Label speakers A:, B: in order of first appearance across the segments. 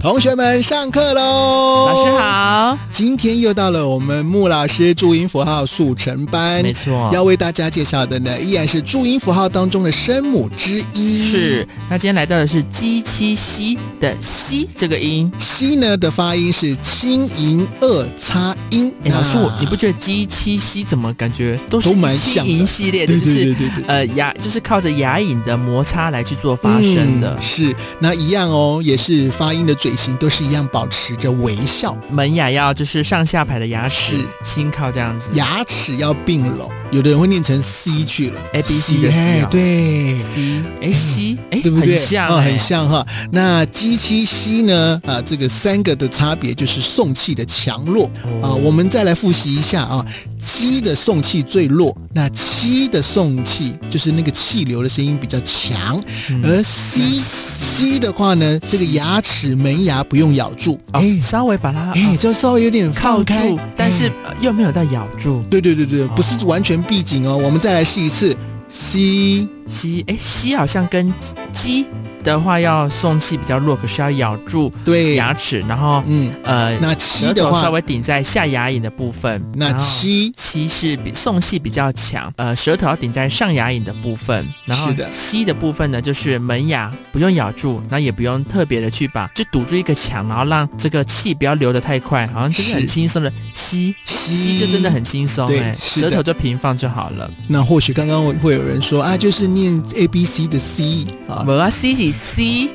A: 同学们上课喽！
B: 老师，好，
A: 今天又到了我们穆老师注音符号速成班，
B: 没错
A: 要为大家介绍的呢，依然是注音符号当中的声母之一。
B: 是。那今天来到的是鸡七西的西这个音。
A: 西呢的发音是轻盈二擦音。
B: 哎，老师，我你不
A: 那
B: 觉得鸡七西怎么感觉都是
A: 啊都蛮
B: 七
A: 像的
B: 音系列的，
A: 对
B: 就
A: 对对
B: 是
A: 对对。
B: 呃牙，就是靠着牙龈的摩擦来去做发声的
A: 嗯、。是那一样哦，也是发音的嘴型都是一样，保持着微笑，
B: 门牙要就是上下排的牙齿
A: 是
B: 轻靠这样子。
A: 牙齿要并拢，有的人会念成 c 去了
B: A B C 的 C
A: 哎
B: 啊
A: 对，
B: C 哎西哎，
A: 对不对？
B: 很像
A: 哦，
B: 哎
A: 很像哈。那鸡七西呢？啊，这个三个的差别就是送气的强弱啊。
B: 哦
A: 我们再来复习一下啊，鸡的送气最弱，那七的送气就是那个气流的声音比较强，
B: 嗯
A: 而 C C 的话呢，这个牙齿门牙不用咬住，
B: 哦
A: 哎
B: 稍微把它
A: 哎，
B: 哦
A: 就稍微有点
B: 靠
A: 放开
B: 住，，但是
A: 哎
B: 呃又没有到咬住。
A: 对对对对，
B: 哦
A: 不是完全闭紧哦。我们再来试一次，C
B: 西哎西好像跟鸡的话要送气比较弱，可是要咬住
A: 对，
B: 牙齿，然后
A: 嗯，
B: 呃
A: 那七
B: 舌
A: 的
B: 头
A: 话
B: 稍。微啊顶在下牙龈的部分。
A: 那
B: 然后
A: 七
B: 七是比送气比较强，呃，舌头要顶在上牙龈的部分，然后
A: 是的
B: 吸的部分呢，就是门牙不用咬住，那也不用特别的去把就堵住一个墙，然后让这个气不要流得太快，好像就是很
A: 是
B: 轻松的吸，
A: 吸
B: 吸就真的很轻松
A: 对
B: 哎、
A: 是的
B: 舌头就平放就好了。
A: 那或许刚刚会有人说啊，就是念 A B C 的 C 啊，
B: 我要吸 起吸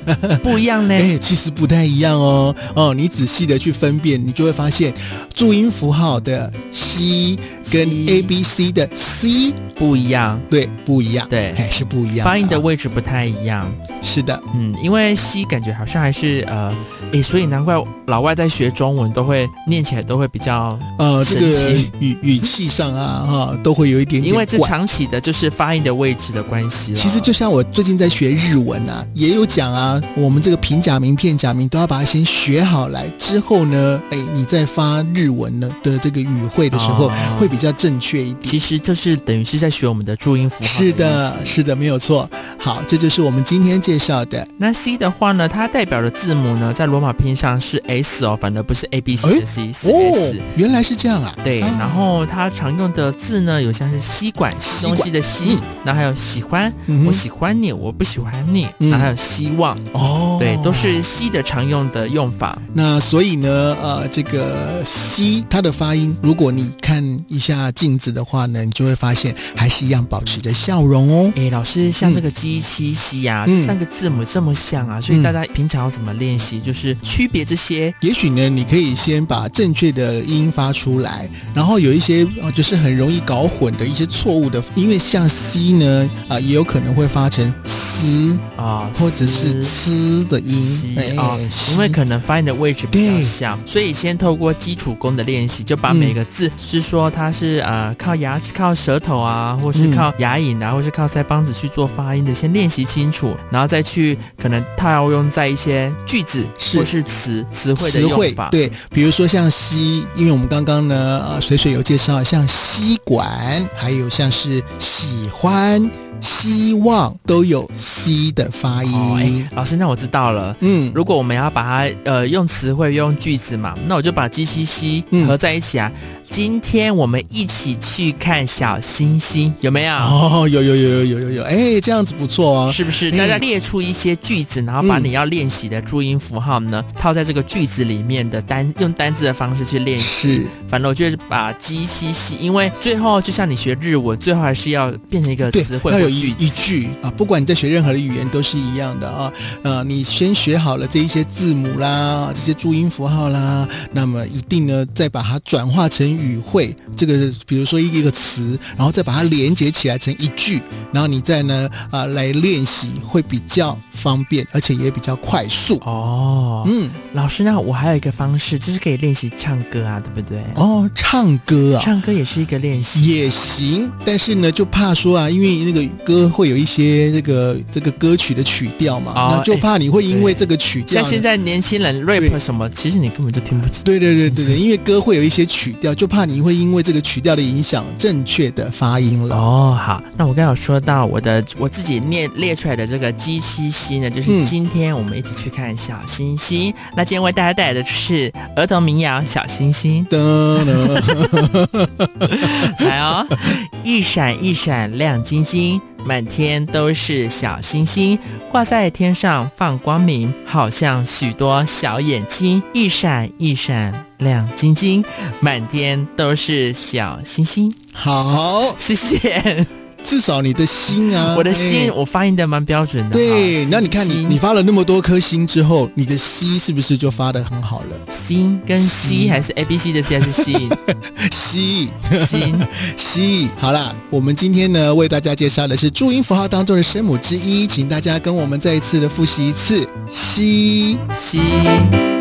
B: 不一样呢，
A: 哎、其实不太一样哦。哦，你仔细的去分辨，你就会发现注音符号的 C 跟
B: C
A: A B C 的 C
B: 不一样，
A: 对不一样，
B: 对
A: 哎、是不一样啊。
B: 发音的位置不太一样。
A: 是的，
B: 嗯，因为西感觉好像还是呃，诶，所以难怪老外在学中文都会念起来都会比较，
A: 呃，这
B: 神
A: 个
B: 奇
A: 语语气上啊，哈、都会有一点点
B: 因为这
A: 怪
B: 长期的就是发音的位置的关系了。
A: 其实就像我最近在学日文啊，也有讲啊，我们这个平假名、片假名都要把它先学好来，之后呢，哎，你在发日文呢的这个语汇的时候，
B: 哦
A: 会比较正确一点。
B: 其实就是等于是在学我们的注音符号。
A: 是的，。是的，没有错。好，这就是我们今天介绍的。
B: 那 C 的话呢，它代表的字母呢，在罗马拼音上是 S 哦，反而不是 A B C 的 C，是
A: 哦
B: S。，
A: 原来是这样啊。
B: 对，
A: 啊
B: 然后它常用的字呢，有像是吸管、吸东西的吸
A: 嗯，
B: 然后还有喜欢，
A: 嗯哼
B: 我喜欢你，我不喜欢你，
A: 嗯
B: 然后还有希望，
A: 哦，嗯
B: 对，都是吸的常用的用法。
A: 那所以呢，呃，这个 C 它的发音，如果你看一下镜子的话呢，你就会发现还是一样保持着笑容哦。
B: 诶，老师，像这个鸡、七、西啊，
A: 嗯
B: 这三个字母这么像啊，所以
A: 嗯
B: 大家平常要怎么练习？就是区别这些
A: 也许呢，你可以先把正确的音发出来，然后有一些呃，就是很容易搞混的一些错误的，因为像 c 呢，啊、也有可能会发成 s
B: 啊，
A: 或者是
B: 丝
A: c 的音，哎
B: 西啊，
A: 嗯是
B: 因为可能发音的位置比较
A: 对
B: 像，所以先透过基础功的练习，就把
A: 嗯
B: 每个字是说它是呃靠牙齿、靠舌头啊，或是
A: 嗯
B: 靠牙龈啊，或是靠腮帮子去做发音的，先练习清楚，然后再去可能套用在一些句子
A: 是
B: 或是词词汇的
A: 词汇
B: 用法。
A: 对，比如说像吸，因为我们刚刚呢，呃，水水有介绍，像吸管，还有像是喜欢、希望，都有 c 的发音。
B: 哦，哎，老师，那我知道了。
A: 嗯，
B: 如果我们要把它呃用词汇用句子嘛，那我就把 G 七 C
A: 嗯
B: 合在一起啊。今天我们一起去看小星星，有没有？
A: 哦，有有有有有有有，哎，这样子不错哦。
B: 是不是？
A: 嗯
B: 大家列出一些句子，然后把
A: 嗯
B: 你要练习的注音符号呢，套在这个句子里面的单用单字的方式去练习。
A: 是
B: 反正我就是把 G 七 C，因为最后就像你学日文，最后还是要变成一个
A: 对
B: 呃词，汇
A: 要
B: 或
A: 有一
B: 句子
A: 一。句啊，不管你在学任何的语言都是一样的啊。呃，你先学好了这一些字母啦，这些注音符号啦，那么一定呢，再把它转化成语汇，这个比如说一个一个词，然后再把它连接起来成一句，然后你再呢啊、来练习，会比较方便，而且也比较快速。
B: 哦，
A: 嗯，
B: 老师，那我还有一个方式，就是可以练习唱歌啊，对不对？
A: 哦，唱歌啊，
B: 唱歌也是一个练习。
A: 也行，但是呢，就怕说啊，因为那个歌会有一些这个这个歌曲的曲调嘛，
B: 哦
A: 那就怕你会因为这个曲调
B: 哎像
A: 呢。
B: 现在年轻人
A: 对
B: rap 什么，其实你根本就听不清。
A: 对对对对对，因为歌会有一些曲调，就怕你会因为这个曲调的影响，正确的发音了。
B: 哦哦，好，那我刚刚有说到我的我自己列列出来的这个 G 七西呢，就是
A: 嗯
B: 今天我们一起去看小星星。那今天为大家带来的是儿童民谣《小 星星》
A: 噔噔，
B: 来哦，一闪一闪亮晶晶，满天都是小星星，挂在天上放光明，好像许多小眼睛。一闪一闪亮晶晶，满天都是小星星。
A: 好，
B: 谢谢，
A: 至少你的心啊，
B: 我的
A: 哎
B: 心，我发音的蛮标准的哈。
A: 对，那你看你
B: 心
A: 你发了那么多颗星之后，你的 C 是不是就发的很好了
B: 心跟 C 还是 A B C 的 C 还 是 C？
A: ？C
B: 心
A: C，好啦，我们今天呢为大家介绍的是注音符号当中的声母之一，请大家跟我们再一次的复习一次 C。
B: C。